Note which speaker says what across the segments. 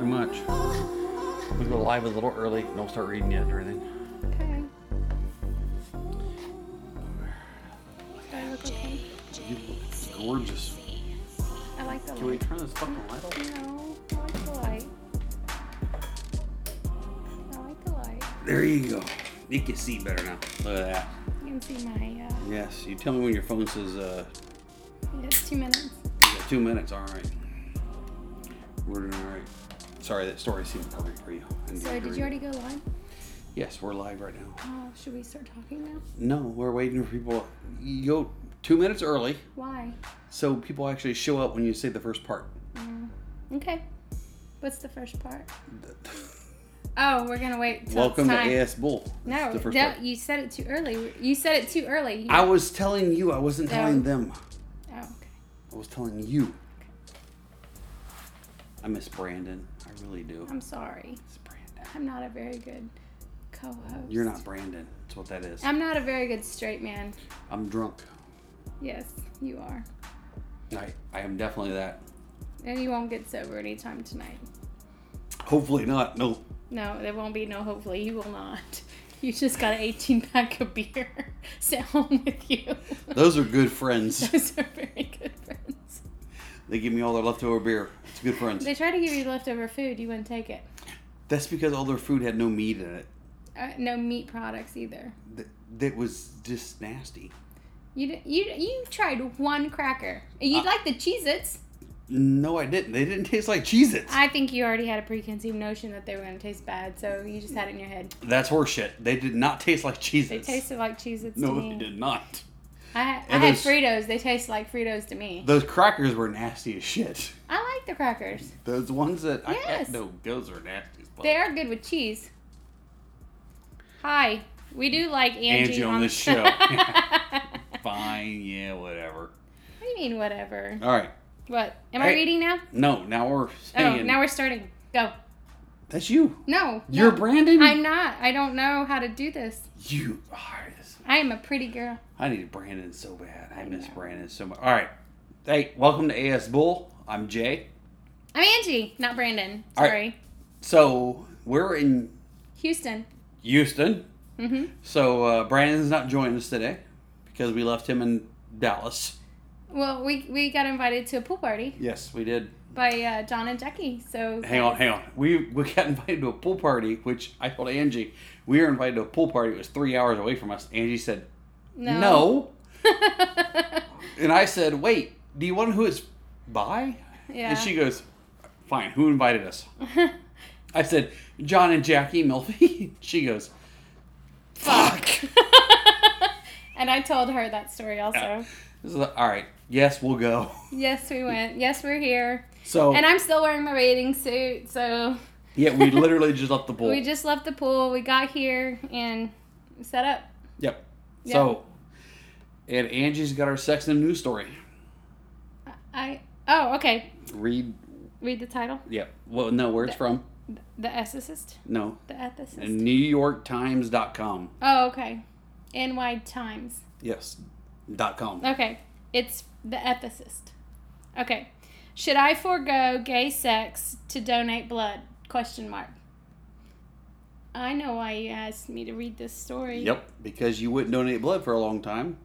Speaker 1: much. We go live a little early. Don't start reading yet or anything.
Speaker 2: Okay.
Speaker 1: You look gorgeous.
Speaker 2: I like the
Speaker 1: Can we
Speaker 2: light.
Speaker 1: turn this fucking light off?
Speaker 2: No, I like the light. I like the light.
Speaker 1: There you go. You can see better now. Look at that.
Speaker 2: You can see my, uh,
Speaker 1: Yes. You tell me when your phone says uh,
Speaker 2: it's two minutes.
Speaker 1: you got two minutes. All right. We're doing all right. Sorry, that story seemed perfect for you. And
Speaker 2: So, did you already go live?
Speaker 1: Yes, we're live right now.
Speaker 2: Oh, should we start talking now?
Speaker 1: No, we're waiting for people. You go two minutes early,
Speaker 2: Why?
Speaker 1: so people actually show up when you say the first part.
Speaker 2: Okay. What's the first part? Oh, we're gonna wait. Till
Speaker 1: Welcome
Speaker 2: it's
Speaker 1: to
Speaker 2: time.
Speaker 1: AS Bull.
Speaker 2: No,
Speaker 1: It's the first
Speaker 2: that-
Speaker 1: part.
Speaker 2: you said it too early. You said it too early. You-
Speaker 1: I was telling you. I wasn't
Speaker 2: No.
Speaker 1: telling them.
Speaker 2: oh, okay.
Speaker 1: I was telling you. I miss Brandon. I really do.
Speaker 2: I'm sorry.
Speaker 1: It's Brandon.
Speaker 2: I'm not a very good co-host.
Speaker 1: You're not Brandon. That's what that is.
Speaker 2: I'm not a very good straight man.
Speaker 1: I'm drunk.
Speaker 2: Yes, you are.
Speaker 1: I, I am definitely that.
Speaker 2: And you won't get sober anytime tonight.
Speaker 1: Hopefully not. No.
Speaker 2: No, there won't be no hopefully. You will not. You just got an 18 pack of beer sent home with you.
Speaker 1: Those are good friends.
Speaker 2: Those are very good friends.
Speaker 1: They give me all their leftover beer. It's good friends.
Speaker 2: They tried to give you leftover food. You wouldn't take it.
Speaker 1: That's because all their food had no meat in it.
Speaker 2: Uh, no meat products either.
Speaker 1: That, that was just nasty.
Speaker 2: You di- you you tried one cracker. You
Speaker 1: Uh,
Speaker 2: like the Cheez-Its.
Speaker 1: No, I didn't. They didn't taste like Cheez Its.
Speaker 2: I think you already had a preconceived notion that they were going to taste bad, so you just had it in your head.
Speaker 1: That's horseshit. They did not taste like Cheez
Speaker 2: They
Speaker 1: Its.
Speaker 2: tasted like Cheez-Its to
Speaker 1: No,
Speaker 2: me.
Speaker 1: they did not.
Speaker 2: I, I
Speaker 1: And
Speaker 2: had
Speaker 1: those-
Speaker 2: Fritos. They taste like Fritos to me.
Speaker 1: Those crackers were nasty as shit.
Speaker 2: I like the crackers.
Speaker 1: Those ones that I
Speaker 2: Yes.
Speaker 1: had, no, those are nasty as fuck.
Speaker 2: They are good with cheese. Hi, we do like Angie,
Speaker 1: Angie on
Speaker 2: the
Speaker 1: this show.
Speaker 2: what
Speaker 1: Fine, yeah, whatever.
Speaker 2: do you mean, whatever?
Speaker 1: All right.
Speaker 2: What? Am I
Speaker 1: Hey.
Speaker 2: reading now?
Speaker 1: No, now we're
Speaker 2: Oh,
Speaker 1: staying.
Speaker 2: now we're starting. Go.
Speaker 1: That's you.
Speaker 2: No.
Speaker 1: You're
Speaker 2: no.
Speaker 1: Brandon?
Speaker 2: I'm not. I don't know how to do this.
Speaker 1: You are. This.
Speaker 2: I am a pretty girl.
Speaker 1: I need Brandon so bad. I miss
Speaker 2: know.
Speaker 1: Brandon so much. All right. Hey, welcome to AS Bull. I'm Jay.
Speaker 2: I'm Angie, not Brandon.
Speaker 1: All right.
Speaker 2: Sorry.
Speaker 1: So, we're in
Speaker 2: Houston.
Speaker 1: Houston.
Speaker 2: Mm-hmm.
Speaker 1: So, uh, Brandon's not joining us today because we left him in Dallas.
Speaker 2: Well, we we got invited to a pool party
Speaker 1: Yes, we did.
Speaker 2: by uh, John and Jackie. So
Speaker 1: Hang on, hang on. We we got invited to a pool party, which I told Angie we were invited to a pool party. It was three hours away from us. Angie said no, and I said, "Wait, do you want to know who it's by?"
Speaker 2: yeah.
Speaker 1: And she goes, "Fine, who invited us?" I said, "John and Jackie Melfi." she goes, "Fuck."
Speaker 2: and I told her that story also.
Speaker 1: Yeah. This is like, all right. Yes, we'll go.
Speaker 2: Yes, we went. Yes, we're here.
Speaker 1: So
Speaker 2: And I'm still wearing my bathing suit. So
Speaker 1: yeah, we literally just left the pool.
Speaker 2: we just left the pool. We got here and set up.
Speaker 1: yep.
Speaker 2: Yeah.
Speaker 1: So, and Angie's got our sex and news story.
Speaker 2: I oh okay.
Speaker 1: Read.
Speaker 2: Read the title.
Speaker 1: Yep. Well, no, where it's from.
Speaker 2: The ethicist.
Speaker 1: No,
Speaker 2: The ethicist.
Speaker 1: NewYorkTimes.com.
Speaker 2: oh okay. NY Times.
Speaker 1: Yes, dot com.
Speaker 2: Okay. It's the ethicist. Okay. Should I forego gay sex to donate blood? Question mark. I know why you asked me to read this story.
Speaker 1: Yep, because you wouldn't donate blood for a long time.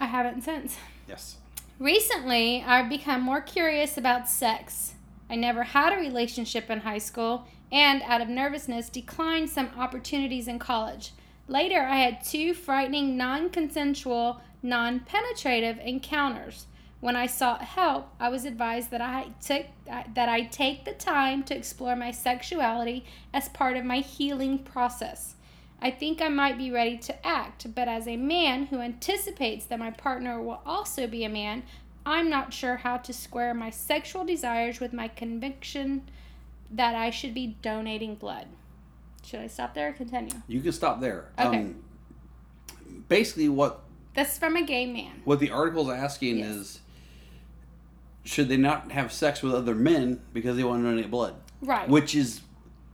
Speaker 2: I haven't since.
Speaker 1: Yes.
Speaker 2: Recently, I've become more curious about sex. I never had a relationship in high school and, out of nervousness, declined some opportunities in college. Later, I had two frightening non consensual, non penetrative encounters. When I sought help, I was advised that I, took, that I take the time to explore my sexuality as part of my healing process. I think I might be ready to act, but as a man who anticipates that my partner will also be a man, I'm not sure how to square my sexual desires with my conviction that I should be donating blood. Should I stop there or continue?
Speaker 1: You can stop there. Um,
Speaker 2: Okay.
Speaker 1: basically, what
Speaker 2: That's from a gay man.
Speaker 1: what the article's asking
Speaker 2: Yes.
Speaker 1: is, should they not have sex with other men because they want to donate blood?
Speaker 2: Right.
Speaker 1: Which is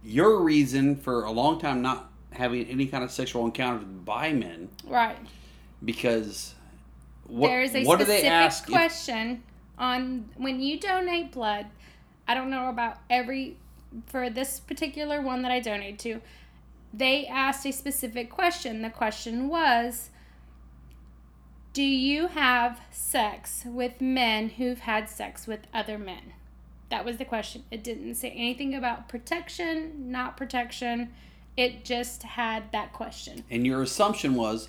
Speaker 1: your reason for a long time not having any kind of sexual encounters by men
Speaker 2: right.
Speaker 1: because what
Speaker 2: there is a
Speaker 1: what do
Speaker 2: specific
Speaker 1: they ask? if-
Speaker 2: question on when you donate blood. I don't know about every for this particular one that I donated to, they asked a specific question. The question was Do you have sex with men who've had sex with other men? That was the question. It didn't say anything about protection, not protection. It just had that question.
Speaker 1: And your assumption was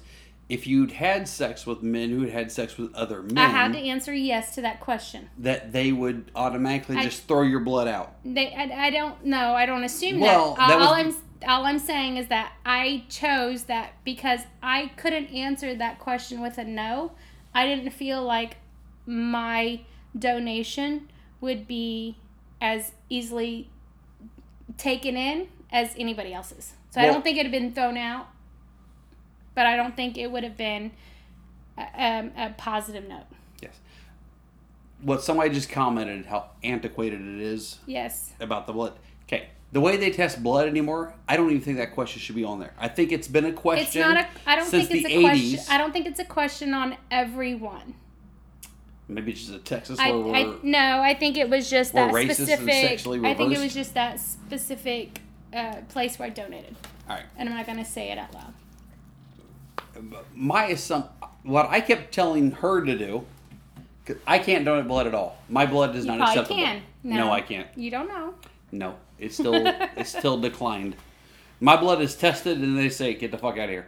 Speaker 1: if you'd had sex with men who'd had sex with other men,
Speaker 2: I had to answer yes to that question.
Speaker 1: that they would automatically
Speaker 2: I-
Speaker 1: just throw your blood out.
Speaker 2: They, I, I don't know. I don't assume
Speaker 1: Well,
Speaker 2: that.
Speaker 1: that
Speaker 2: all
Speaker 1: was-
Speaker 2: I'm, all I'm saying is that I chose that because I couldn't answer that question with a no. I didn't feel like my donation would be as easily taken in as anybody else's. So I
Speaker 1: Well-
Speaker 2: don't think it had been thrown out, but I don't think it would have been a, um, a positive note.
Speaker 1: Yes. What somebody just commented how antiquated it is
Speaker 2: Yes.
Speaker 1: about the blood. Okay. The way they test blood anymore, I don't even think that question should be on there. I think it's been a question.
Speaker 2: It's not a. I don't
Speaker 1: since
Speaker 2: think it's a
Speaker 1: the
Speaker 2: question.
Speaker 1: 80s.
Speaker 2: I don't think it's a question on everyone.
Speaker 1: Maybe it's just a Texas
Speaker 2: I,
Speaker 1: where we're
Speaker 2: I no. I think it was just
Speaker 1: we're
Speaker 2: that
Speaker 1: racist and
Speaker 2: specific.
Speaker 1: sexually
Speaker 2: I think it
Speaker 1: reversed.
Speaker 2: was just that specific uh, place where I donated,
Speaker 1: all right.
Speaker 2: and I'm not gonna say it out loud.
Speaker 1: my assumption, what I kept telling her to do, 'cause I can't donate blood at all. My blood is
Speaker 2: You
Speaker 1: not
Speaker 2: probably
Speaker 1: acceptable.
Speaker 2: can.
Speaker 1: No.
Speaker 2: No.
Speaker 1: I can't.
Speaker 2: You don't know.
Speaker 1: No, it's still it's still declined. My blood is tested, and they say get the fuck out of here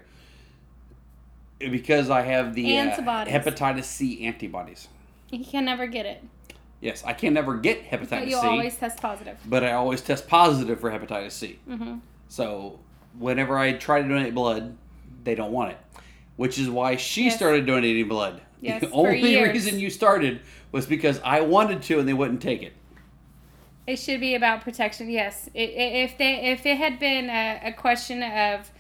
Speaker 1: because I have the uh,
Speaker 2: Antibodies.
Speaker 1: hepatitis C antibodies.
Speaker 2: You can never get it,
Speaker 1: Yes, I can never get hepatitis
Speaker 2: but
Speaker 1: C,
Speaker 2: you always test positive.
Speaker 1: but I always test positive for hepatitis C.
Speaker 2: Mm-hmm.
Speaker 1: So whenever I try to donate blood, they don't want it, which is why she
Speaker 2: Yes.
Speaker 1: started donating blood.
Speaker 2: Yes,
Speaker 1: the
Speaker 2: for
Speaker 1: only
Speaker 2: years.
Speaker 1: reason you started was because I wanted to and they wouldn't take it.
Speaker 2: It should be about protection. Yes. I- i- If they if it had been a, a question of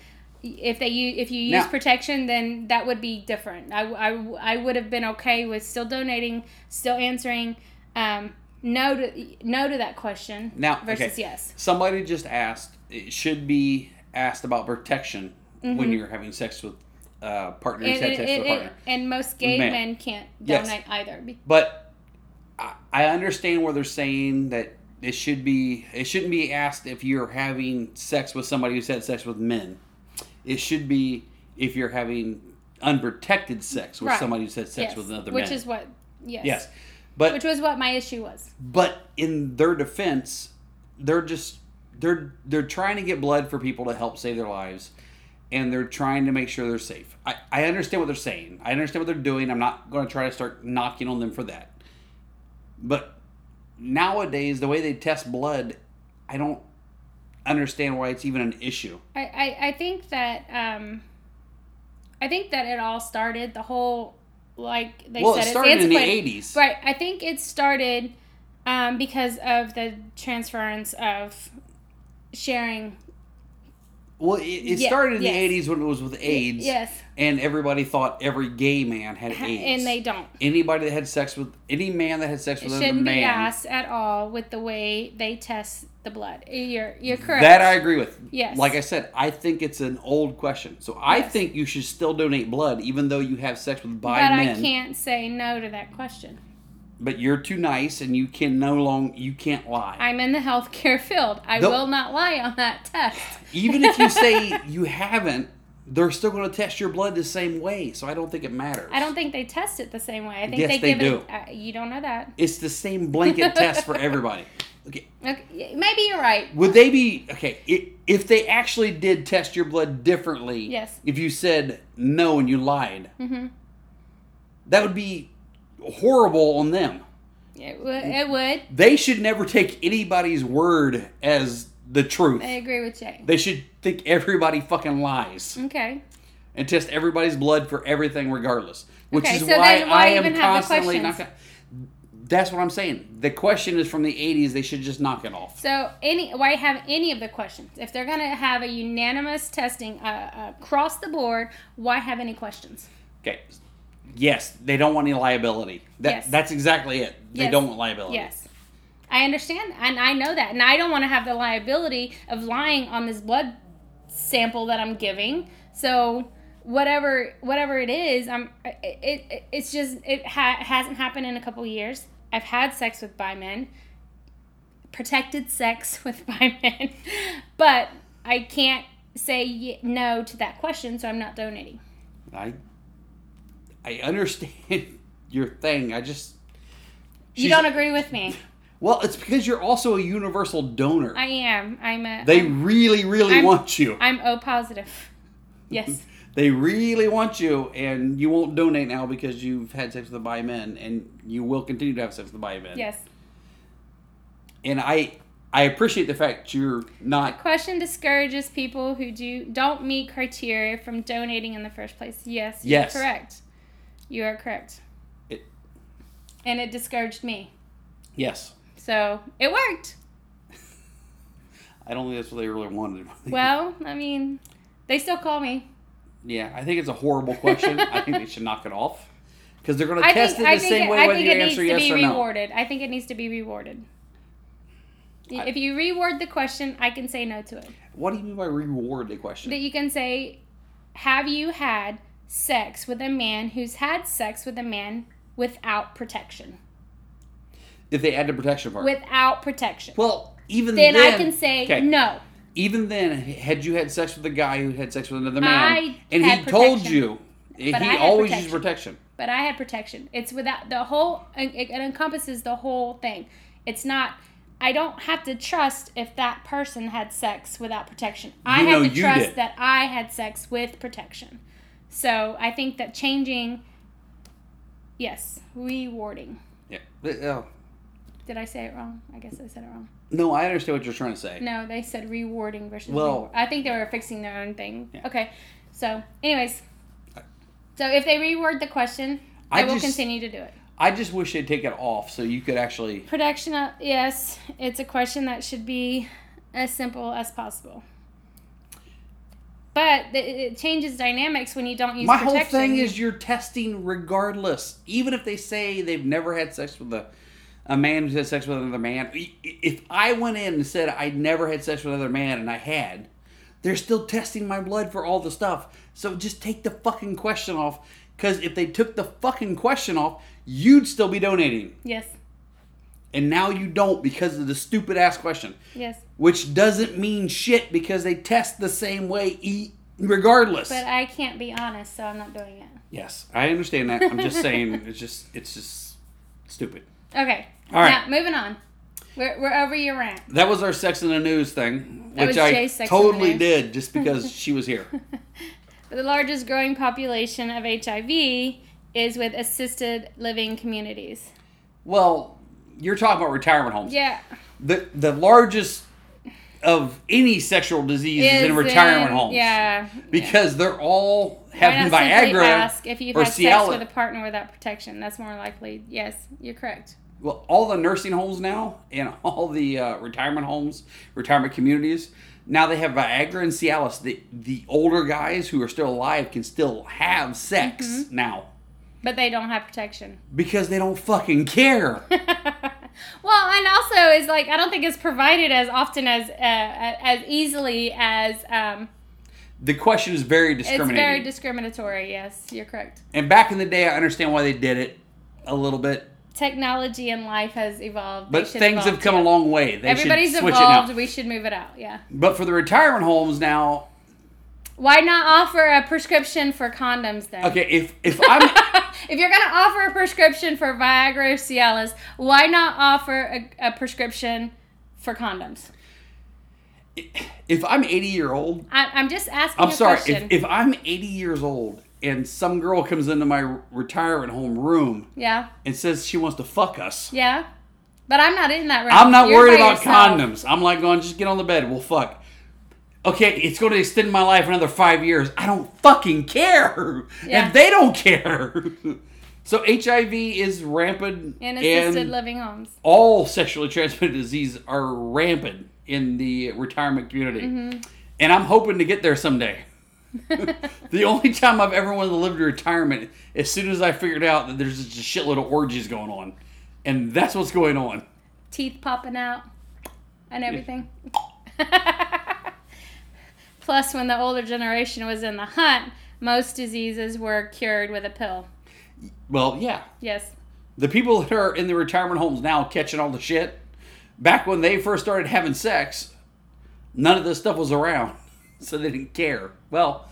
Speaker 2: if they u- if you use
Speaker 1: Now-
Speaker 2: protection, then that would be different. I, I, I would have been okay with still donating, still answering um, no to no to that question.
Speaker 1: Now, okay.
Speaker 2: versus yes.
Speaker 1: Somebody just asked. It should be asked about protection when you're having sex with uh, partners.
Speaker 2: And,
Speaker 1: had
Speaker 2: Mm-hmm. it-
Speaker 1: sex
Speaker 2: it-
Speaker 1: with a
Speaker 2: it-
Speaker 1: partner.
Speaker 2: and most gay
Speaker 1: Man.
Speaker 2: men can't
Speaker 1: Yes.
Speaker 2: donate either. Be-
Speaker 1: but I, I understand where they're saying that it should be it shouldn't be asked if you're having sex with somebody who's had sex with men it should be if you're having unprotected sex with
Speaker 2: Right.
Speaker 1: somebody who's had sex
Speaker 2: yes,
Speaker 1: with another
Speaker 2: which
Speaker 1: man
Speaker 2: is what yes.
Speaker 1: yes but
Speaker 2: Which was what my issue was.
Speaker 1: but in their defense they're just they're they're trying to get blood for people to help save their lives and they're trying to make sure they're safe i, I understand what they're saying i understand what they're doing i'm not going to try to start knocking on them for that but nowadays the way they test blood i don't understand why it's even an issue
Speaker 2: I, I, I think that um, I think that it all started the whole like they
Speaker 1: well
Speaker 2: said
Speaker 1: it started in the
Speaker 2: antiquated.
Speaker 1: 80s
Speaker 2: Right. I think it started um, because of the transference of sharing.
Speaker 1: well it, it
Speaker 2: Yeah,
Speaker 1: started in
Speaker 2: yes.
Speaker 1: the 80s when it was with aids
Speaker 2: Yes.
Speaker 1: and everybody thought every gay man had aids
Speaker 2: And they don't.
Speaker 1: anybody that had sex with any man that had sex
Speaker 2: It
Speaker 1: with another
Speaker 2: shouldn't
Speaker 1: man.
Speaker 2: be asked at all with the way they test the blood. You're you're correct.
Speaker 1: That I agree with.
Speaker 2: Yes.
Speaker 1: Like I said, I think it's an old question. So I
Speaker 2: Yes.
Speaker 1: think you should still donate blood, even though you have sex with bi
Speaker 2: but
Speaker 1: men.
Speaker 2: I can't say no to that question.
Speaker 1: But you're too nice, and you can no long you can't lie.
Speaker 2: I'm in the healthcare field. I
Speaker 1: The-
Speaker 2: will not lie on that test.
Speaker 1: even if you say you haven't, they're still going to test your blood the same way. So I don't think it matters.
Speaker 2: I don't think they test it the same way. I think
Speaker 1: Yes,
Speaker 2: they
Speaker 1: they
Speaker 2: give
Speaker 1: do.
Speaker 2: it. Uh, you don't know that.
Speaker 1: It's the same blanket test for everybody. Okay.
Speaker 2: Okay, y- maybe you're right.
Speaker 1: Would they be okay i- if they actually did test your blood differently?
Speaker 2: Yes.
Speaker 1: If you said no and you lied,
Speaker 2: Mm-hmm.
Speaker 1: that would be horrible on them.
Speaker 2: It, w- it would.
Speaker 1: They should never take anybody's word as the truth.
Speaker 2: I agree with Jay.
Speaker 1: They should think everybody fucking lies
Speaker 2: Okay.
Speaker 1: and test everybody's blood for everything, regardless. Which
Speaker 2: Okay,
Speaker 1: is
Speaker 2: so
Speaker 1: why,
Speaker 2: then why
Speaker 1: I am
Speaker 2: even have the
Speaker 1: constantly
Speaker 2: questions?
Speaker 1: knocking. That's what I'm saying. The question is from the '80s. They should just knock it off.
Speaker 2: So any why have any of the questions? If they're gonna have a unanimous testing uh, across the board, why have any questions?
Speaker 1: Okay. Yes, they don't want any liability. That,
Speaker 2: Yes.
Speaker 1: That's exactly it. They
Speaker 2: Yes.
Speaker 1: don't want liability.
Speaker 2: Yes. I understand and I know that and I don't want to have the liability of lying on this blood sample that I'm giving. So whatever whatever it is, I'm it, it it's just it ha- hasn't happened in a couple years. I've had sex with bi men. protected sex with by men, but I can't say ye- no to that question, so I'm not donating.
Speaker 1: I I understand your thing. I just
Speaker 2: You
Speaker 1: She's-
Speaker 2: don't agree with me.
Speaker 1: well, it's because you're also a universal donor.
Speaker 2: I am. I'm a.
Speaker 1: they
Speaker 2: I'm,
Speaker 1: really, really
Speaker 2: I'm-
Speaker 1: want you.
Speaker 2: I'm O positive. Yes.
Speaker 1: they really want you, and you won't donate now because you've had sex with the bi men, and you will continue to have sex with the bi men.
Speaker 2: Yes.
Speaker 1: And I I appreciate the fact you're not.
Speaker 2: Question discourages people who do don't meet criteria from donating in the first place. Yes. you are
Speaker 1: Yes.
Speaker 2: Correct. You are correct.
Speaker 1: It-
Speaker 2: and it discouraged me.
Speaker 1: Yes,
Speaker 2: So it worked.
Speaker 1: I don't think that's what they really wanted.
Speaker 2: Well, I mean, they still call me.
Speaker 1: yeah, I think it's a horrible question. I think they should knock it off because they're going to
Speaker 2: I
Speaker 1: test
Speaker 2: think,
Speaker 1: it
Speaker 2: I
Speaker 1: the
Speaker 2: think,
Speaker 1: same
Speaker 2: it,
Speaker 1: way
Speaker 2: I
Speaker 1: whether
Speaker 2: think
Speaker 1: you
Speaker 2: it needs
Speaker 1: answer
Speaker 2: to
Speaker 1: yes
Speaker 2: be
Speaker 1: or no.
Speaker 2: rewarded. I think it needs to be rewarded.
Speaker 1: I-
Speaker 2: if you reward the question, I can say no to it.
Speaker 1: What do you mean by reward the question?
Speaker 2: That you can say, Have you had sex with a man who's had sex with a man without protection?
Speaker 1: if they add the protection part.
Speaker 2: Without protection.
Speaker 1: well, even
Speaker 2: then,
Speaker 1: then,
Speaker 2: I can say
Speaker 1: Okay.
Speaker 2: no.
Speaker 1: Even then, had you had sex with a guy who had sex with another man,
Speaker 2: I
Speaker 1: and
Speaker 2: had
Speaker 1: he told
Speaker 2: protection.
Speaker 1: you, he
Speaker 2: I had
Speaker 1: always
Speaker 2: protection.
Speaker 1: uses protection.
Speaker 2: But I had protection. It's without the whole, it, it encompasses the whole thing. It's not, I don't have to trust if that person had sex without protection. I
Speaker 1: You know
Speaker 2: have to
Speaker 1: you
Speaker 2: trust
Speaker 1: did.
Speaker 2: that I had sex with protection. So I think that changing, yes, rewarding.
Speaker 1: Yeah. But, uh,
Speaker 2: Did I say it wrong? I guess I said it wrong.
Speaker 1: no, I understand what you're trying to say.
Speaker 2: No, they said rewarding versus.
Speaker 1: Well-
Speaker 2: reward. I think they were fixing their own thing.
Speaker 1: Yeah.
Speaker 2: Okay, so anyways, so if they reword the question,
Speaker 1: I
Speaker 2: I, will
Speaker 1: just-
Speaker 2: continue to do it.
Speaker 1: I just wish they'd take it off so you could actually.
Speaker 2: Production, uh, yes, it's a question that should be as simple as possible. But th- it changes dynamics when you don't use
Speaker 1: My
Speaker 2: protection.
Speaker 1: whole thing is you're testing regardless. Even if they say they've never had sex with a, a man who's had sex with another man, i- i- if I went in and said I never had sex with another man and I had, they're still testing my blood for all the stuff. So just take the fucking question off. Because if they took the fucking question off, you'd still be donating.
Speaker 2: yes,
Speaker 1: And now you don't because of the stupid ass question.
Speaker 2: yes.
Speaker 1: Which doesn't mean shit because they test the same way e- regardless.
Speaker 2: But I can't be honest, so I'm not doing it.
Speaker 1: Yes, I understand that. I'm just saying it's just it's just stupid.
Speaker 2: Okay.
Speaker 1: All right.
Speaker 2: Now, moving on. We're, we're over your rant.
Speaker 1: That was our sex in the news thing,
Speaker 2: That
Speaker 1: which
Speaker 2: was
Speaker 1: I
Speaker 2: Jay's sex in the
Speaker 1: totally
Speaker 2: news.
Speaker 1: did just because she was here.
Speaker 2: The largest growing population of HIV is with assisted living communities.
Speaker 1: Well, you're talking about retirement homes.
Speaker 2: Yeah.
Speaker 1: The the largest of any sexual disease is, in retirement
Speaker 2: in-
Speaker 1: homes.
Speaker 2: Yeah.
Speaker 1: Because they're all
Speaker 2: Why
Speaker 1: having
Speaker 2: not simply
Speaker 1: Viagra
Speaker 2: ask if you've
Speaker 1: or
Speaker 2: had sex
Speaker 1: Cialis.
Speaker 2: with a partner without protection? That's more likely. Yes, you're correct.
Speaker 1: well, all the nursing homes now and all the uh, retirement homes, retirement communities, now they have Viagra and Cialis. The the older guys who are still alive can still have sex
Speaker 2: Mm-hmm.
Speaker 1: now
Speaker 2: But they don't have protection.
Speaker 1: because they don't fucking care.
Speaker 2: well, and also is like I don't think it's provided as often as uh, as easily as um,
Speaker 1: the question is very
Speaker 2: it's
Speaker 1: discriminating.
Speaker 2: very discriminatory. Yes, you're correct.
Speaker 1: and back in the day, I understand why they did it a little bit,
Speaker 2: Technology and life has evolved. They
Speaker 1: but
Speaker 2: should
Speaker 1: things
Speaker 2: evolve
Speaker 1: have come
Speaker 2: too.
Speaker 1: a long way. They
Speaker 2: Everybody's
Speaker 1: should switch
Speaker 2: evolved.
Speaker 1: it now.
Speaker 2: We should move it out. Yeah.
Speaker 1: But for the retirement homes now,
Speaker 2: Why not offer a prescription for condoms then?
Speaker 1: okay, if if I'm
Speaker 2: if you're going to offer a prescription for Viagra or Cialis, why not offer a, a prescription for condoms?
Speaker 1: if I'm 80 year old,
Speaker 2: I, I'm just asking
Speaker 1: I'm
Speaker 2: a
Speaker 1: sorry.
Speaker 2: question.
Speaker 1: If, if I'm 80 years old and some girl comes into my r- retirement home room
Speaker 2: yeah.
Speaker 1: and says she wants to fuck us,
Speaker 2: Yeah. But I'm not in that room.
Speaker 1: I'm not
Speaker 2: You're
Speaker 1: worried
Speaker 2: by
Speaker 1: about
Speaker 2: yourself.
Speaker 1: condoms. I'm like going, just get on the bed. We'll fuck. Okay, it's going to extend my life another five years. I don't fucking care,
Speaker 2: Yeah.
Speaker 1: and they don't care. so HIV is rampant,
Speaker 2: In assisted
Speaker 1: and
Speaker 2: living homes.
Speaker 1: all sexually transmitted diseases are rampant in the retirement community. And I'm hoping to get there someday. the only time I've ever wanted to live to retirement, as soon as I figured out that there's just a shitload of orgies going on, and that's what's going on.
Speaker 2: Teeth popping out and everything. Plus, when the older generation was in the hunt, most diseases were cured with a pill.
Speaker 1: Well, yeah,
Speaker 2: Yes.
Speaker 1: the people that are in the retirement homes now catching all the shit back when they first started having sex, none of this stuff was around, so they didn't care. Well,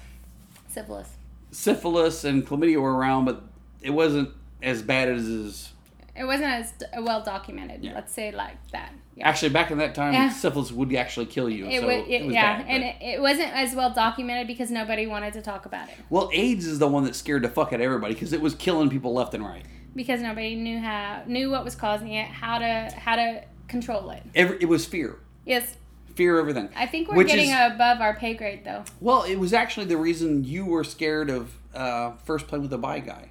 Speaker 2: Syphilis.
Speaker 1: syphilis and chlamydia were around, but it wasn't as bad as is.
Speaker 2: It wasn't as d- well documented.
Speaker 1: Yeah.
Speaker 2: Let's say like that. Yeah.
Speaker 1: Actually, back in that time,
Speaker 2: Yeah.
Speaker 1: syphilis would actually kill you.
Speaker 2: It,
Speaker 1: so
Speaker 2: wa-
Speaker 1: it,
Speaker 2: it-
Speaker 1: was
Speaker 2: yeah,
Speaker 1: bad,
Speaker 2: and
Speaker 1: but-
Speaker 2: it, it wasn't as well documented because nobody wanted to talk about it
Speaker 1: well, AIDS is the one that scared the fuck out of everybody because it was killing people left and right.
Speaker 2: because nobody knew how knew what was causing it, how to how to control it.
Speaker 1: Every it was fear,
Speaker 2: Yes,
Speaker 1: fear of everything.
Speaker 2: I think we're
Speaker 1: Which
Speaker 2: getting
Speaker 1: is-
Speaker 2: above our pay grade though.
Speaker 1: Well, it was actually the reason you were scared of uh, first playing with a bi guy,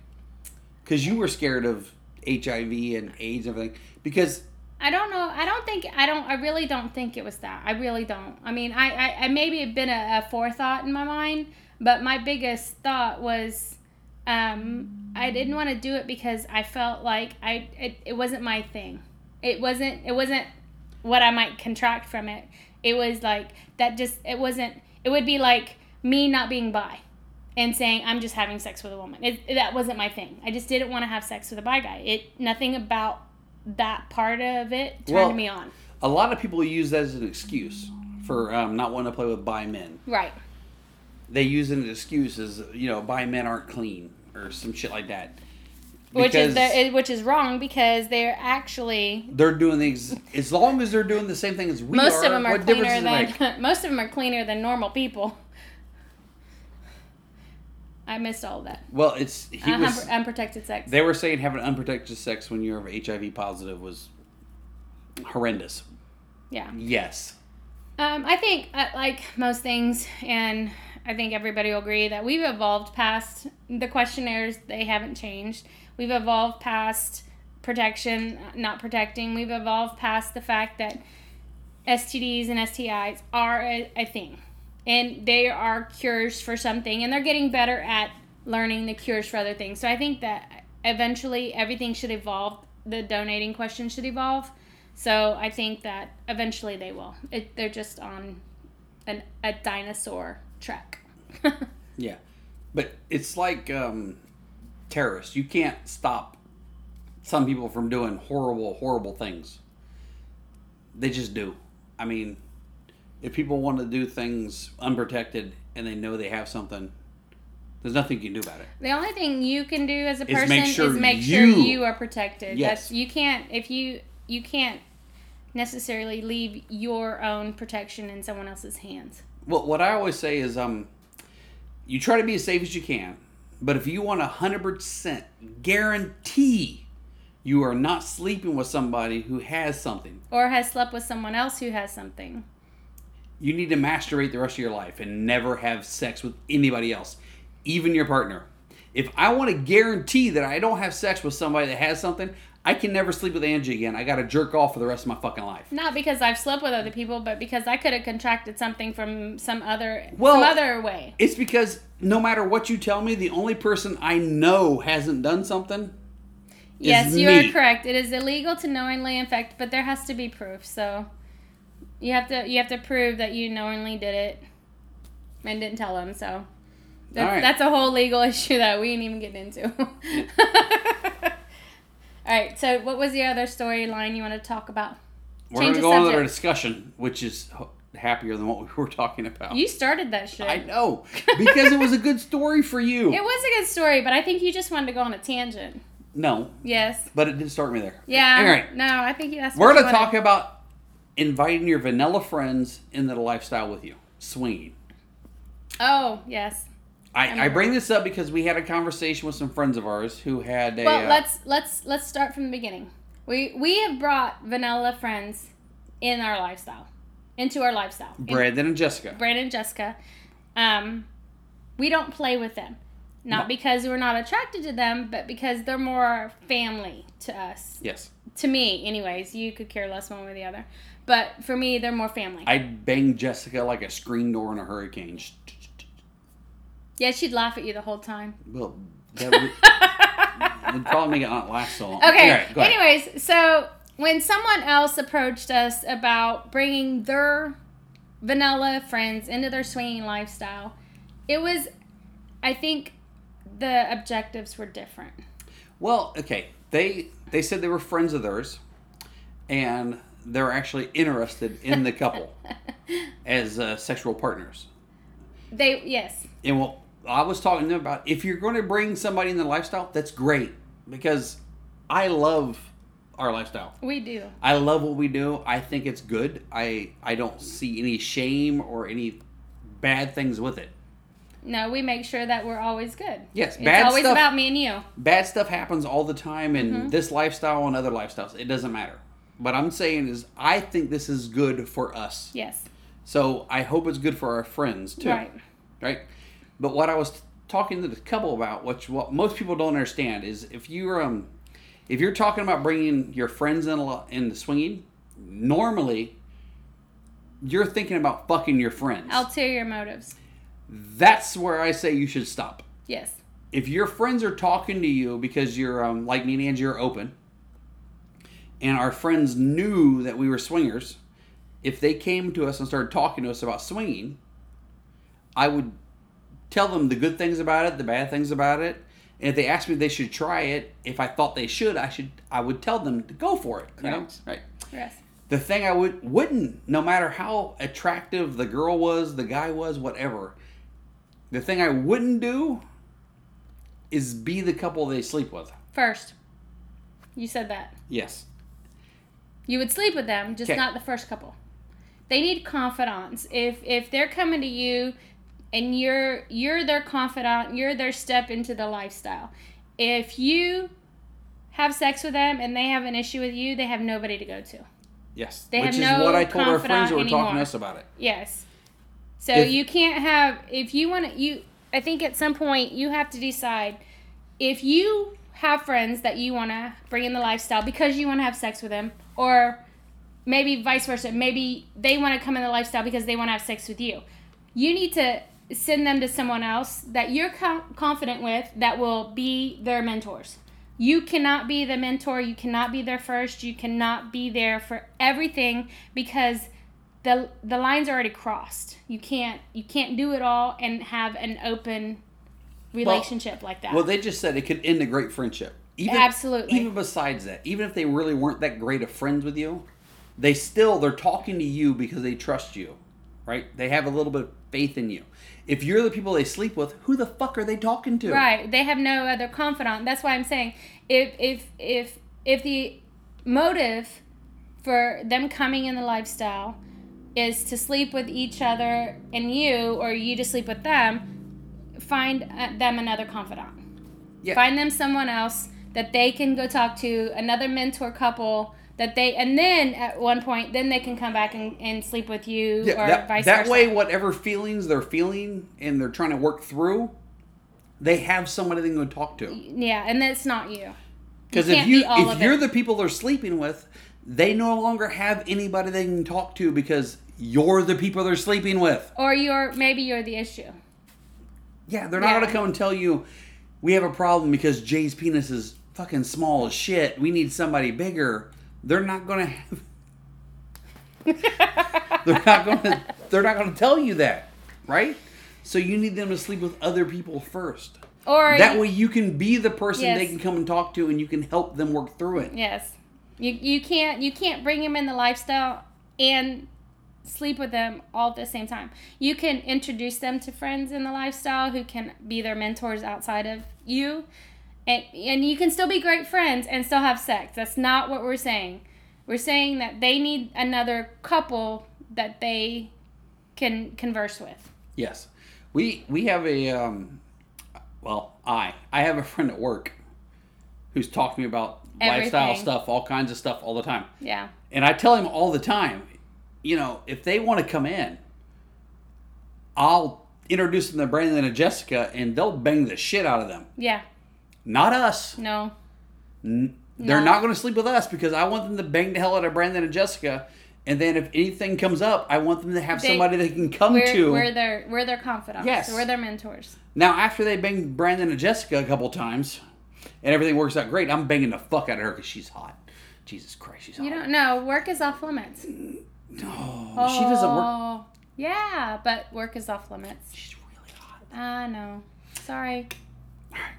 Speaker 1: because you were scared of HIV and AIDS and everything. Because
Speaker 2: I don't know. I don't think. I don't. I really don't think it was that. I really don't. I mean, I I, I maybe have been a, a forethought in my mind, but my biggest thought was, um, I didn't want to do it because I felt like I it, it wasn't my thing. It wasn't. It wasn't what I might contract from it. It was like that. Just it wasn't. It would be like me not being bi. And saying I'm just having sex with a woman. It, that wasn't my thing. I just didn't want to have sex with a bi guy. It nothing about that part of it turned
Speaker 1: Well-
Speaker 2: me on.
Speaker 1: a lot of people use that as an excuse for um, not wanting to play with bi men.
Speaker 2: Right.
Speaker 1: They use it as an excuse as you know, bi men aren't clean or some shit like that.
Speaker 2: Which
Speaker 1: Because
Speaker 2: is the, it- which is wrong because they're actually
Speaker 1: they're doing the ex- as long as they're doing the same thing as we
Speaker 2: most
Speaker 1: are.
Speaker 2: of them are
Speaker 1: what difference
Speaker 2: cleaner
Speaker 1: does it
Speaker 2: than
Speaker 1: make?
Speaker 2: most of them are cleaner than normal people. I missed all of that.
Speaker 1: Well, it's he
Speaker 2: Uh,
Speaker 1: was.
Speaker 2: unpro- unprotected sex.
Speaker 1: They were saying having unprotected sex when you're HIV positive was horrendous.
Speaker 2: yeah.
Speaker 1: Yes.
Speaker 2: Um, I think, uh, like most things, and I think everybody will agree that we've evolved past the questionnaires. They haven't changed. We've evolved past protection, uh, not protecting. We've evolved past the fact that STDs and STIs are a, a thing, and they are cures for something, and they're getting better at learning the cures for other things. So I think that eventually everything should evolve. The donating question should evolve. So I think that eventually they will. It, they're just on an, a dinosaur track.
Speaker 1: Yeah, but it's like um, terrorists. You can't stop some people from doing horrible, horrible things. They just do. I mean, if people want to do things unprotected and they know they have something, there's nothing you can do about it.
Speaker 2: the only thing you can do as a
Speaker 1: Is
Speaker 2: person
Speaker 1: make sure
Speaker 2: is make
Speaker 1: you-
Speaker 2: sure you are protected.
Speaker 1: Yes.
Speaker 2: That's, you can't if you you can't necessarily leave your own protection in someone else's hands.
Speaker 1: Well, what I always say is, um, you try to be as safe as you can, but if you want a hundred percent guarantee, you are not sleeping with somebody who has something.
Speaker 2: Or has slept with someone else who has something.
Speaker 1: You need to masturbate the rest of your life and never have sex with anybody else, even your partner. If I want to guarantee that I don't have sex with somebody that has something, I can never sleep with Angie again. I got to jerk off for the rest of my fucking life.
Speaker 2: Not because I've slept with other people, but because I could have contracted something from some other
Speaker 1: Well-
Speaker 2: some other way.
Speaker 1: It's because no matter what you tell me, the only person I know hasn't done something.
Speaker 2: Yes, you
Speaker 1: me.
Speaker 2: are correct. It is illegal to knowingly infect, but there has to be proof. So you have to you have to prove that you knowingly did it and didn't tell them. So that's,
Speaker 1: All right.
Speaker 2: that's a whole legal issue that we ain't even getting into. All right. So what was the other storyline you want to talk about?
Speaker 1: We're going
Speaker 2: Change
Speaker 1: to
Speaker 2: the
Speaker 1: go on to our
Speaker 2: subject.
Speaker 1: discussion, which is h- happier than what we were talking about.
Speaker 2: You started that shit.
Speaker 1: I know because it was a good story for you.
Speaker 2: It was a good story, but I think you just wanted to go on a tangent.
Speaker 1: no,
Speaker 2: Yes.
Speaker 1: but it did start me there.
Speaker 2: Yeah.
Speaker 1: All right.
Speaker 2: No, I think that's.
Speaker 1: We're
Speaker 2: what you
Speaker 1: going to
Speaker 2: wanted.
Speaker 1: talk about inviting your vanilla friends into the lifestyle with you, swinging.
Speaker 2: Oh yes.
Speaker 1: I, I bring this up because we had a conversation with some friends of ours who had a.
Speaker 2: Well,
Speaker 1: uh,
Speaker 2: let's let's let's start from the beginning. We we have brought vanilla friends in our lifestyle, into our lifestyle. In-
Speaker 1: Brandon and Jessica.
Speaker 2: Brandon and Jessica. Um, we don't play with them, not
Speaker 1: No.
Speaker 2: because we're not attracted to them, but because they're more family to us.
Speaker 1: Yes.
Speaker 2: To me, anyways, you could care less one way or the other, but for me, they're more family.
Speaker 1: I banged Jessica like a screen door in a hurricane. Sh- sh- sh-
Speaker 2: yeah, she'd laugh at you the whole time.
Speaker 1: Well, that would, would probably make it not last so long.
Speaker 2: Okay.
Speaker 1: All right, go ahead.
Speaker 2: Anyways, so when someone else approached us about bringing their vanilla friends into their swinging lifestyle, it was, I think, the objectives were different.
Speaker 1: Well, okay. They they said they were friends of theirs, and they're actually interested in the couple as uh, sexual partners.
Speaker 2: They yes.
Speaker 1: And well, I was talking to them about if you're going to bring somebody in the lifestyle, that's great because I love our lifestyle.
Speaker 2: We do.
Speaker 1: I love what we do. I think it's good. I I don't see any shame or any bad things with it.
Speaker 2: No, we make sure that we're always good.
Speaker 1: Yes,
Speaker 2: it's
Speaker 1: bad
Speaker 2: always
Speaker 1: stuff-
Speaker 2: about me and you.
Speaker 1: Bad stuff happens all the time in this lifestyle and other lifestyles. It doesn't matter. What I'm saying is I think this is good for us.
Speaker 2: Yes.
Speaker 1: So I hope it's good for our friends too.
Speaker 2: Right.
Speaker 1: Right? But what I was talking to the couple about, which what most people don't understand, is if you're um, if you're talking about bringing your friends in a lot in the swinging, normally you're thinking about fucking your friends.
Speaker 2: Ulterior motives.
Speaker 1: That's where I say you should stop.
Speaker 2: Yes.
Speaker 1: If your friends are talking to you because you're um, like me and Angie are open, and our friends knew that we were swingers, if they came to us and started talking to us about swinging, I would tell them the good things about it, the bad things about it, and if they asked me if they should try it, if I thought they should, I should I would tell them to go for it. You know?
Speaker 2: Correct.
Speaker 1: Right.
Speaker 2: Yes.
Speaker 1: The thing I would wouldn't, no matter how attractive the girl was, the guy was, whatever, the thing I wouldn't do is be the couple they sleep with.
Speaker 2: First. You said that.
Speaker 1: Yes.
Speaker 2: You would sleep with them, just
Speaker 1: Okay.
Speaker 2: not the first couple. They need confidants. If if they're coming to you and you're you're their confidant, you're their step into the lifestyle. If you have sex with them and they have an issue with you, they have nobody to go to.
Speaker 1: Yes.
Speaker 2: They
Speaker 1: Which
Speaker 2: have
Speaker 1: is
Speaker 2: no
Speaker 1: what I told our friends
Speaker 2: confidant
Speaker 1: that were talking
Speaker 2: anymore.
Speaker 1: to us about it.
Speaker 2: Yes. So
Speaker 1: If-
Speaker 2: you can't have if you want to you I think at some point you have to decide if you have friends that you want to bring in the lifestyle because you want to have sex with them or maybe vice versa maybe they want to come in the lifestyle because they want to have sex with you you need to send them to someone else that you're com- confident with that will be their mentors you cannot be the mentor you cannot be their first you cannot be there for everything because the the lines already crossed. You can't you can't do it all and have an open relationship like that.
Speaker 1: Well, they just said it could end a great friendship. Even,
Speaker 2: Absolutely.
Speaker 1: Even besides that, even if they really weren't that great of friends with you, they still they're talking to you because they trust you, right? They have a little bit of faith in you. If you're the people they sleep with, who the fuck are they talking to?
Speaker 2: right. They have no other confidant. That's why I'm saying if if if if the motive for them coming in the lifestyle is to sleep with each other and you or you to sleep with them, find uh, them another confidant.
Speaker 1: Yeah.
Speaker 2: find them someone else that they can go talk to another mentor couple that they and then at one point then they can come back and, and sleep with you
Speaker 1: Yeah,
Speaker 2: or
Speaker 1: that,
Speaker 2: vice
Speaker 1: that
Speaker 2: versa
Speaker 1: way, whatever feelings they're feeling and they're trying to work through, they have somebody they can go talk to.
Speaker 2: yeah and that's not you
Speaker 1: Because
Speaker 2: You
Speaker 1: if
Speaker 2: can't
Speaker 1: you
Speaker 2: be all
Speaker 1: if
Speaker 2: of
Speaker 1: you're
Speaker 2: it.
Speaker 1: the people they're sleeping with, they no longer have anybody they can talk to because you're the people they're sleeping with.
Speaker 2: or you're maybe you're the issue
Speaker 1: Yeah, they're not
Speaker 2: Yeah.
Speaker 1: gonna come and tell you we have a problem because Jay's penis is fucking small as shit. We need somebody bigger. They're not gonna have. they're not gonna. They're not gonna tell you that, right? So you need them to sleep with other people first.
Speaker 2: or
Speaker 1: That way you can be the person they
Speaker 2: Yes.
Speaker 1: can come and talk to, and you can help them work through it.
Speaker 2: yes you, you can't you can't bring them in the lifestyle and sleep with them all at the same time you can introduce them to friends in the lifestyle who can be their mentors outside of you and, and you can still be great friends and still have sex that's not what we're saying we're saying that they need another couple that they can converse with
Speaker 1: Yes, we we have a um, well, I I have a friend at work who's talked to me about lifestyle
Speaker 2: Everything.
Speaker 1: stuff, all kinds of stuff, all the time.
Speaker 2: yeah
Speaker 1: And I tell him all the time, you know, if they want to come in, I'll introduce them to Brandon and Jessica, and they'll bang the shit out of them.
Speaker 2: yeah
Speaker 1: Not us.
Speaker 2: no
Speaker 1: They're
Speaker 2: No.
Speaker 1: not going to sleep with us because I want them to bang the hell out of Brandon and Jessica. And then if anything comes up, I want them to have
Speaker 2: They-
Speaker 1: somebody they can come
Speaker 2: we're,
Speaker 1: to.
Speaker 2: we're their we're their confidants
Speaker 1: Yes.
Speaker 2: we're their mentors
Speaker 1: Now, after they banged Brandon and Jessica a couple times, and everything works out great, I'm banging the fuck out of her because she's hot. Jesus Christ, she's hot.
Speaker 2: you don't know work is off limits
Speaker 1: no, she doesn't work.
Speaker 2: Oh, Yeah, but work is off limits.
Speaker 1: She's really hot.
Speaker 2: I know. Sorry.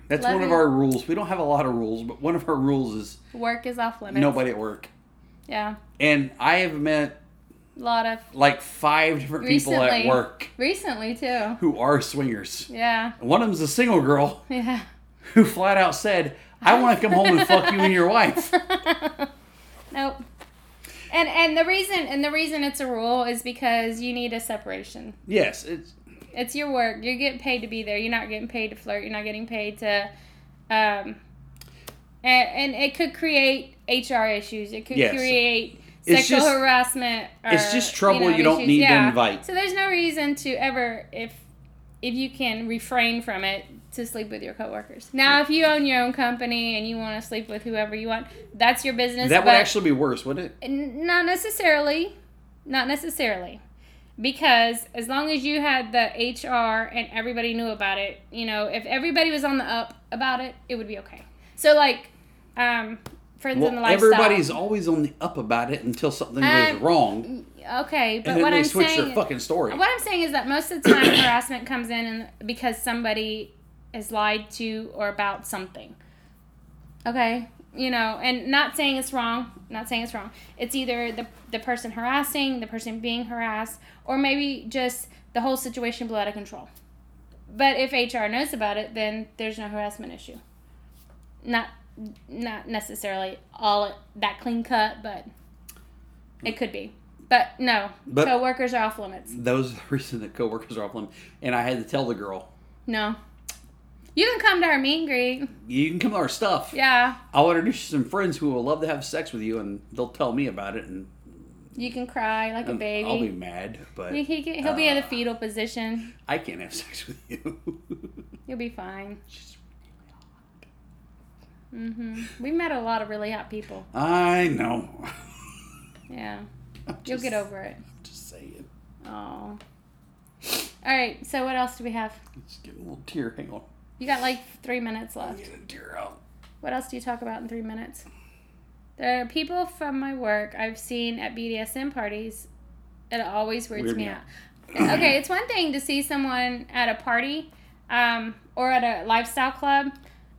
Speaker 1: That's
Speaker 2: Love
Speaker 1: one of
Speaker 2: it.
Speaker 1: our rules. We don't have a lot of rules, but one of our rules is
Speaker 2: Work is off limits.
Speaker 1: nobody at work.
Speaker 2: Yeah.
Speaker 1: And I have met
Speaker 2: A lot of
Speaker 1: like five different people at
Speaker 2: Recently.
Speaker 1: work
Speaker 2: recently too.
Speaker 1: who are swingers.
Speaker 2: Yeah.
Speaker 1: One of them's a single girl
Speaker 2: Yeah.
Speaker 1: who flat out said, "I want to come home and fuck you and your wife."
Speaker 2: nope. And and the reason and the reason it's a rule is because you need a separation.
Speaker 1: Yes, it's
Speaker 2: It's your work. You're getting paid to be there. You're not getting paid to flirt. You're not getting paid to um and, and it could create HR issues. It could
Speaker 1: Yes.
Speaker 2: create
Speaker 1: It's
Speaker 2: sexual
Speaker 1: just-
Speaker 2: harassment. Or,
Speaker 1: it's just trouble you don't need to invite.
Speaker 2: So there's no reason to ever if if you can refrain from it to sleep with your coworkers. Now, if you own your own company and you want to sleep with whoever you want, that's your business.
Speaker 1: that would
Speaker 2: but
Speaker 1: actually be worse, wouldn't it?
Speaker 2: N- Not necessarily. Not necessarily. Because as long as you had the HR and everybody knew about it, you know, if everybody was on the up about it, it would be okay. So, like, um, friends in the
Speaker 1: Well,
Speaker 2: lifestyle.
Speaker 1: everybody's always on the up about it until something goes
Speaker 2: Um,
Speaker 1: wrong,
Speaker 2: okay, but
Speaker 1: and then
Speaker 2: what
Speaker 1: they
Speaker 2: I'm
Speaker 1: switch
Speaker 2: saying,
Speaker 1: their fucking story.
Speaker 2: what I'm saying is that most of the time harassment comes in and, because somebody has lied to or about something. Okay? You know, and not saying it's wrong, not saying it's wrong. It's either the, the person harassing, the person being harassed, or maybe just the whole situation blew out of control. But if HR knows about it, then there's no harassment issue. Not not necessarily all that clean cut, but it could be. But no,
Speaker 1: But-
Speaker 2: coworkers are off limits.
Speaker 1: Those are the reason that coworkers are off limits, and I had to tell the girl,
Speaker 2: No. You can come to our meet and greet.
Speaker 1: "You can come to our stuff.
Speaker 2: Yeah.
Speaker 1: I'll introduce you some friends who will love to have sex with you, and they'll tell me about it, and
Speaker 2: You can cry like a baby.
Speaker 1: I'll be Uh. mad, but
Speaker 2: he, he, can- he'll be in a fetal position.
Speaker 1: I can't have sex with you."
Speaker 2: You'll be fine. hmm We met a lot of really hot people.
Speaker 1: I know.
Speaker 2: Yeah.
Speaker 1: I'm
Speaker 2: You'll
Speaker 1: just-
Speaker 2: get over it.
Speaker 1: I'm just saying.
Speaker 2: Oh. All right. So, what else do we have?
Speaker 1: It's getting a little tear. Hang on.
Speaker 2: You got like three minutes
Speaker 1: I'm
Speaker 2: left.
Speaker 1: getting a tear out.
Speaker 2: What else do you talk about in three minutes? There are people from my work I've seen at BDSM parties. It always weirds
Speaker 1: Weird
Speaker 2: me
Speaker 1: me
Speaker 2: out. okay, it's one thing to see someone at a party um, or at a lifestyle club.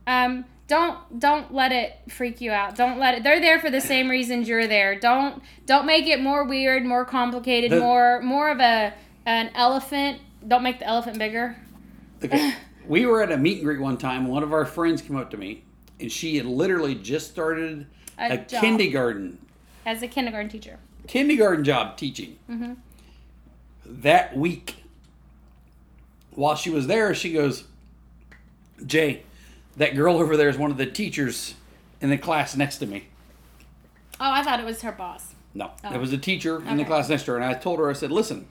Speaker 2: Um, don't don't let it freak you out. Don't let it. They're there for the same reasons you're there. Don't don't make it more weird, more complicated,
Speaker 1: The-
Speaker 2: more more of a an elephant. Don't make the elephant bigger.
Speaker 1: Okay. we were at a meet and greet one time. One of our friends came up to me, and she had literally just started
Speaker 2: A
Speaker 1: a,
Speaker 2: job.
Speaker 1: kindergarten
Speaker 2: As a kindergarten teacher.
Speaker 1: kindergarten job teaching. That week, while she was there, she goes, "Jay, that girl over there is one of the teachers in the class next to me."
Speaker 2: Oh, I thought it was her boss.
Speaker 1: No, it was a teacher in the
Speaker 2: Okay.
Speaker 1: class next to her, and I told her, I said, "Listen,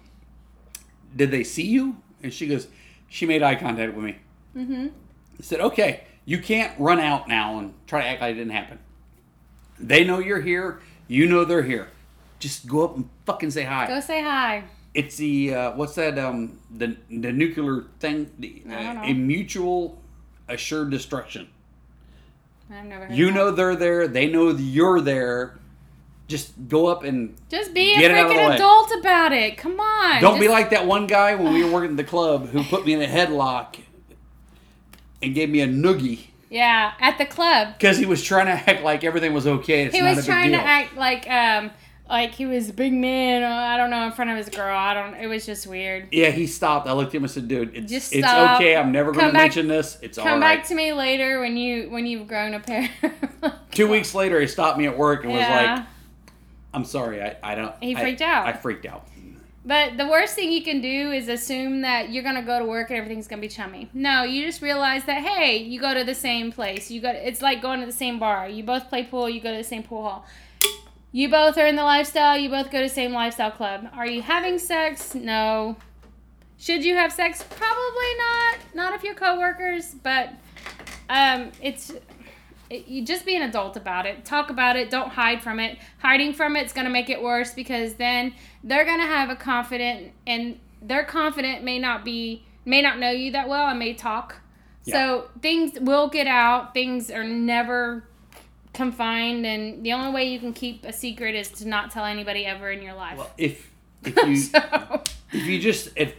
Speaker 1: did they see you?" And she goes, "She made eye contact with me." Mm-hmm. I said, "Okay, you can't run out now and try to act like it didn't happen. They know you're here. You know they're here. Just go up and fucking say hi.
Speaker 2: Go say hi.
Speaker 1: It's the uh, what's that? Um, the the nuclear thing, the,
Speaker 2: I don't
Speaker 1: uh,
Speaker 2: know.
Speaker 1: a mutual assured destruction.
Speaker 2: I've never heard
Speaker 1: You
Speaker 2: that.
Speaker 1: know they're there. They know you're there. Just go up and
Speaker 2: Just be
Speaker 1: Get
Speaker 2: a
Speaker 1: it out of the
Speaker 2: freaking
Speaker 1: way.
Speaker 2: adult about it. Come on.
Speaker 1: Don't be
Speaker 2: Just-
Speaker 1: like that one guy when we were working at the club who put me in a headlock and gave me a noogie
Speaker 2: Yeah, at the club.
Speaker 1: because he was trying to act like everything was okay. It's
Speaker 2: He
Speaker 1: not
Speaker 2: was
Speaker 1: a big
Speaker 2: trying to
Speaker 1: deal.
Speaker 2: act like um like he was a big man, or I don't know, in front of his girl. I don't it was just weird.
Speaker 1: Yeah, he stopped. I looked at him and said, "Dude, it's
Speaker 2: Just
Speaker 1: it's
Speaker 2: stop.
Speaker 1: okay. I'm never going
Speaker 2: Come
Speaker 1: to
Speaker 2: back-
Speaker 1: mention this. It's all
Speaker 2: Come
Speaker 1: right."
Speaker 2: back to me later when you when you've grown a pair.
Speaker 1: Two weeks later, he stopped me at work and was
Speaker 2: yeah.
Speaker 1: like, "I'm sorry. I, I don't."
Speaker 2: He
Speaker 1: I-
Speaker 2: freaked out.
Speaker 1: I freaked out.
Speaker 2: But the worst thing you can do is assume that you're gonna go to work and everything's gonna be chummy. No, you just realize that hey, you go to the same place. You go. It's like going to the same bar. You both play pool. You go to the same pool hall. You both are in the lifestyle. You both go to the same lifestyle club. Are you having sex? No. Should you have sex? Probably not. Not if you're coworkers, but um, it's it, you just be an adult about it. Talk about it. Don't hide from it. Hiding from it's gonna make it worse because then they're gonna have a confident and their confident may not be may not know you that well and may talk. So things will get out. Things are never confined, and the only way you can keep a secret is to not tell anybody ever in your life.
Speaker 1: Well, if if you
Speaker 2: so
Speaker 1: if you just if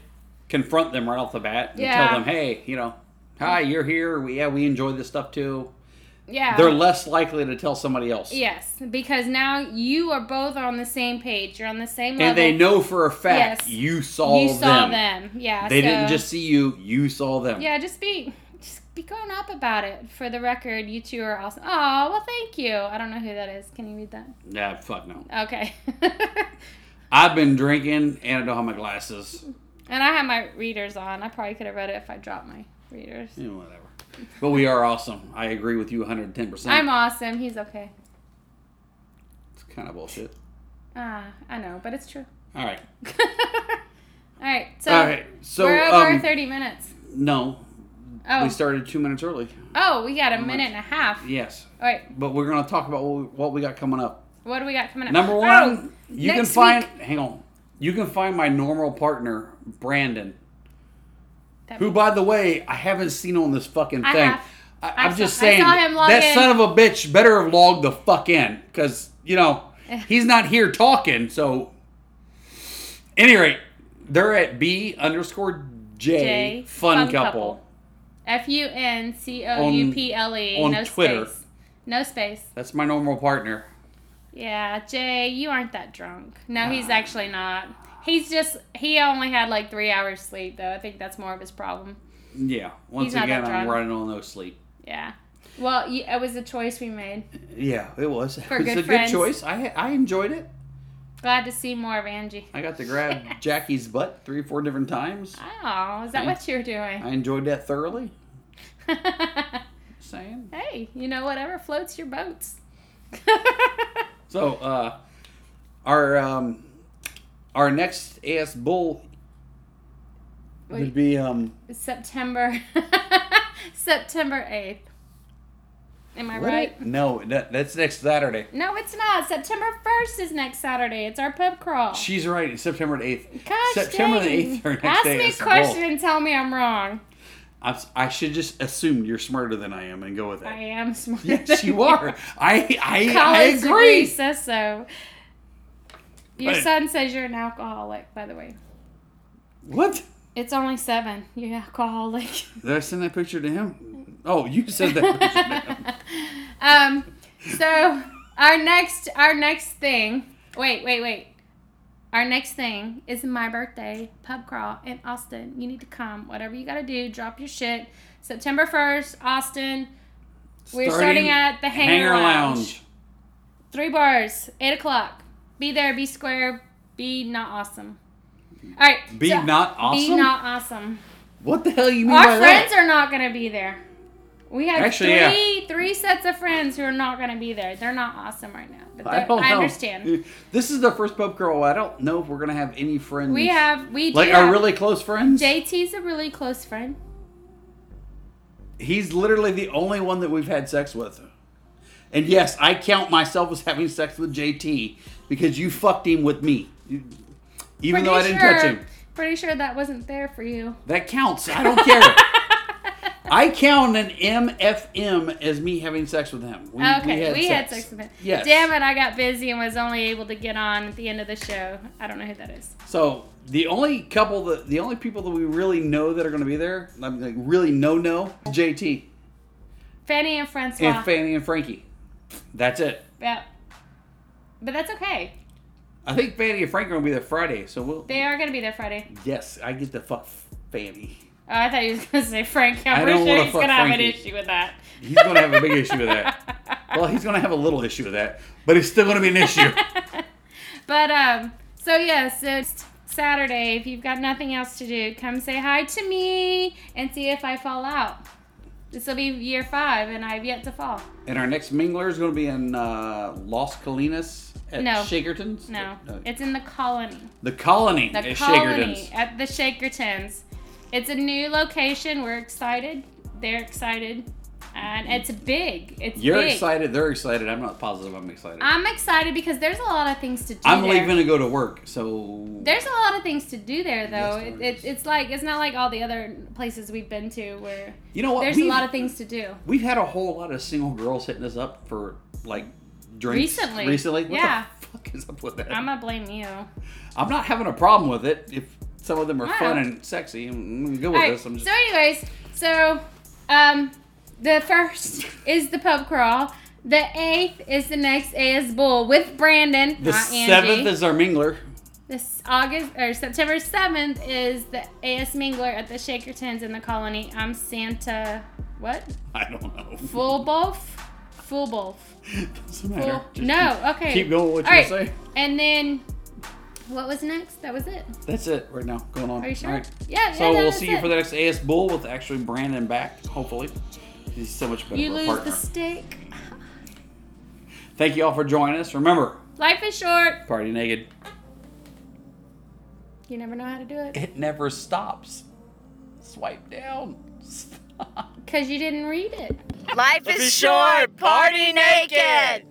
Speaker 1: confront them right off the bat and
Speaker 2: Yeah.
Speaker 1: tell them, "Hey, you know, hi, you're here. We yeah, we enjoy this stuff too."
Speaker 2: Yeah.
Speaker 1: they're less likely to tell somebody else.
Speaker 2: yes, because now you are both on the same page. You're on the same level.
Speaker 1: And they know for a fact
Speaker 2: Yes.
Speaker 1: you saw
Speaker 2: you
Speaker 1: them.
Speaker 2: saw them. Yeah.
Speaker 1: They
Speaker 2: so-
Speaker 1: didn't just see you, you saw them.
Speaker 2: Yeah, just be just be going up about it. For the record, you two are awesome. Oh well, thank you. I don't know who that is. Can you read that?
Speaker 1: Nah, fuck no.
Speaker 2: Okay.
Speaker 1: I've been drinking and I don't have my glasses.
Speaker 2: and I have my readers on. I probably could have read it if I dropped my readers.
Speaker 1: Yeah, Eh, whatever. But we are awesome. I agree with you 110%.
Speaker 2: I'm awesome. He's okay.
Speaker 1: it's kind of bullshit.
Speaker 2: Ah, I know, but it's true.
Speaker 1: All right.
Speaker 2: All right. So,
Speaker 1: All right. So,
Speaker 2: we're over
Speaker 1: um,
Speaker 2: 30 minutes.
Speaker 1: no,
Speaker 2: Oh,
Speaker 1: we started two minutes early.
Speaker 2: oh, we got a
Speaker 1: much?
Speaker 2: minute and a half.
Speaker 1: Yes.
Speaker 2: All right.
Speaker 1: But we're going to talk about what we, what we got coming up.
Speaker 2: What do we got coming up?
Speaker 1: Number one,
Speaker 2: Oh,
Speaker 1: you
Speaker 2: next
Speaker 1: can find, hang on, you can find my normal partner, Brandon.
Speaker 2: that-
Speaker 1: Who, by the way, I haven't seen on this fucking
Speaker 2: I
Speaker 1: thing.
Speaker 2: have.
Speaker 1: I,
Speaker 2: I
Speaker 1: I'm just
Speaker 2: saw- I
Speaker 1: saying
Speaker 2: saw him log
Speaker 1: that
Speaker 2: in.
Speaker 1: son of a bitch better have logged the fuck in because you know he's not here talking. So, any rate, they're at B underscore J,
Speaker 2: J,
Speaker 1: Fun,
Speaker 2: Fun
Speaker 1: couple.
Speaker 2: Couple. F U N C O U P L E.
Speaker 1: on
Speaker 2: no
Speaker 1: Twitter.
Speaker 2: Space. No space.
Speaker 1: That's my normal partner.
Speaker 2: Yeah, Jay, you aren't that drunk. No, he's
Speaker 1: Ah.
Speaker 2: actually not. He's just he only had like three hours sleep though. I think that's more of his problem.
Speaker 1: Yeah. Once
Speaker 2: He's not that
Speaker 1: again, I'm
Speaker 2: drunk.
Speaker 1: running on no sleep.
Speaker 2: Yeah. Well, you, it was a choice we made.
Speaker 1: Yeah, it was.
Speaker 2: For
Speaker 1: it's
Speaker 2: good
Speaker 1: a
Speaker 2: friends.
Speaker 1: good choice. I I enjoyed it.
Speaker 2: Glad to see more of Angie.
Speaker 1: I got to grab Jackie's butt three or four different times.
Speaker 2: Oh, is that what you're doing?
Speaker 1: I enjoyed that thoroughly. Saying.
Speaker 2: hey, you know whatever floats your boats.
Speaker 1: So uh, our um, our next AS Bull would
Speaker 2: Wait.
Speaker 1: be um,
Speaker 2: September September 8th. Am I
Speaker 1: what
Speaker 2: right?
Speaker 1: it- No, that, that's next Saturday.
Speaker 2: No, it's not. September 1st is next Saturday. It's our pub crawl.
Speaker 1: She's right. It's September the eighth.
Speaker 2: Gosh
Speaker 1: September the
Speaker 2: dang.
Speaker 1: eighth. Our next
Speaker 2: Ask me a
Speaker 1: AS
Speaker 2: question
Speaker 1: Bull.
Speaker 2: and tell me I'm wrong.
Speaker 1: I'm s- I should just assume you're smarter than I am and go with
Speaker 2: I
Speaker 1: that.
Speaker 2: am smart.
Speaker 1: Yes, you are. I I, I
Speaker 2: College degree
Speaker 1: agree.
Speaker 2: says so. Your
Speaker 1: But-
Speaker 2: son says you're an alcoholic, by the way.
Speaker 1: What?
Speaker 2: It's only seven. You're alcoholic.
Speaker 1: Did I send that picture to him? Oh, you sent that picture to him.
Speaker 2: um, so our next our next thing. Wait, wait, wait. Our next thing is my birthday pub crawl in Austin. You need to come. Whatever you got to do, drop your shit. September 1st, Austin. We're starting at the Hangar Lounge. Three bars, 8 o'clock. Be there, be square, be not awesome. All right.
Speaker 1: Be
Speaker 2: so-
Speaker 1: not
Speaker 2: Be
Speaker 1: awesome?
Speaker 2: not awesome.
Speaker 1: What the hell you mean by
Speaker 2: Our
Speaker 1: that?
Speaker 2: friends are not going to be there. We have
Speaker 1: Actually,
Speaker 2: three three sets of friends who are not going to be there. They're not awesome right now, but
Speaker 1: I
Speaker 2: I,
Speaker 1: don't know.
Speaker 2: I understand.
Speaker 1: This is the first pub girl. I don't know if we're gonna have any friends.
Speaker 2: We have we do
Speaker 1: like
Speaker 2: have,
Speaker 1: our really close friends.
Speaker 2: JT's a really close friend.
Speaker 1: He's literally the only one that we've had sex with. And yes, I count myself as having sex with JT because you fucked him with me. You- Even though I didn't touch him.
Speaker 2: Pretty sure that wasn't there for you.
Speaker 1: That counts. I don't care. I count an MFM as me having sex with him. We,
Speaker 2: Okay, we had, sex. with him.
Speaker 1: Yes.
Speaker 2: Damn it, I got busy and was only able to get on at the end of the show. I don't know who that is.
Speaker 1: So the only couple that the only people that we really know that are going to be there, I'm like really no no, JT
Speaker 2: Fanny and Francois.
Speaker 1: and Fanny and Frankie. That's it.
Speaker 2: yeah. But that's okay.
Speaker 1: I think Fanny and Frankie are going to be there Friday, so we'll.
Speaker 2: They are going to be there Friday.
Speaker 1: yes, I get to fuck Fanny.
Speaker 2: Oh, I thought you was gonna say Frank.
Speaker 1: I don't
Speaker 2: I'm pretty
Speaker 1: wanna
Speaker 2: sure he's
Speaker 1: fuck
Speaker 2: gonna have an
Speaker 1: Frankie.
Speaker 2: issue with that.
Speaker 1: He's going to have a big issue with that. Well, he's going to have a little issue with that, but it's still going to be an issue.
Speaker 2: but um, so yes, it's Saturday. If you've got nothing else to do, come say hi to me and see if I fall out. This will be year five, and I've yet to fall.
Speaker 1: and our next mingler is going to be in uh, Los Colinas at
Speaker 2: No.
Speaker 1: Shakerton's.
Speaker 2: No,
Speaker 1: Uh,
Speaker 2: it's in the colony.
Speaker 1: the Colony
Speaker 2: The
Speaker 1: at
Speaker 2: colony
Speaker 1: Shakerton's.
Speaker 2: at the Shakertons. It's a new location. We're excited. They're excited, and it's big. It's
Speaker 1: You're
Speaker 2: big.
Speaker 1: excited. They're excited. I'm not positive. I'm excited.
Speaker 2: I'm excited because there's a lot of things to do.
Speaker 1: I'm
Speaker 2: there.
Speaker 1: leaving to go to work, so
Speaker 2: There's a lot of things to do there, though.
Speaker 1: Yes,
Speaker 2: it,
Speaker 1: there
Speaker 2: it,
Speaker 1: is.
Speaker 2: it's like it's not like all the other places we've been to where
Speaker 1: you know what?
Speaker 2: there's a
Speaker 1: We've-
Speaker 2: lot of things to do.
Speaker 1: We've had a whole lot of single girls hitting us up for like drinks
Speaker 2: Recently.
Speaker 1: Recently, what
Speaker 2: Yeah.
Speaker 1: The fuck is up with that?
Speaker 2: I'm
Speaker 1: I'm,
Speaker 2: gonna blame you.
Speaker 1: not having a problem with it if some of them are
Speaker 2: Wow.
Speaker 1: fun and sexy. I'm I'm gonna go with
Speaker 2: All right.
Speaker 1: this. I'm just
Speaker 2: So, anyways, so um, The first is the pub crawl. The eighth is the next AS Bull with Brandon.
Speaker 1: The
Speaker 2: not
Speaker 1: seventh
Speaker 2: Angie.
Speaker 1: is our mingler.
Speaker 2: This August or September seventh is the AS Mingler at the Shakertons in the Colony. I'm Santa. What?
Speaker 1: I don't know.
Speaker 2: Full Bolf? Full Bolf.
Speaker 1: Doesn't
Speaker 2: Full.
Speaker 1: matter. Just
Speaker 2: no. Okay.
Speaker 1: Keep, keep going with what
Speaker 2: All
Speaker 1: you
Speaker 2: right.
Speaker 1: say.
Speaker 2: And then, what was next? That was it.
Speaker 1: That's it right now. Going on.
Speaker 2: Are you sure?
Speaker 1: All right.
Speaker 2: Yeah.
Speaker 1: So
Speaker 2: yeah,
Speaker 1: we'll
Speaker 2: that's
Speaker 1: see you
Speaker 2: it.
Speaker 1: for the next AS Bull with actually Brandon back, hopefully. He's so much better
Speaker 2: You
Speaker 1: of a
Speaker 2: lose
Speaker 1: partner.
Speaker 2: the stick.
Speaker 1: Thank you all for joining us. Remember,
Speaker 2: Life is short.
Speaker 1: party naked.
Speaker 2: You never know how to do it
Speaker 1: It never stops. Swipe down. Stop.
Speaker 2: because you didn't read it.
Speaker 3: Life is short. Party naked.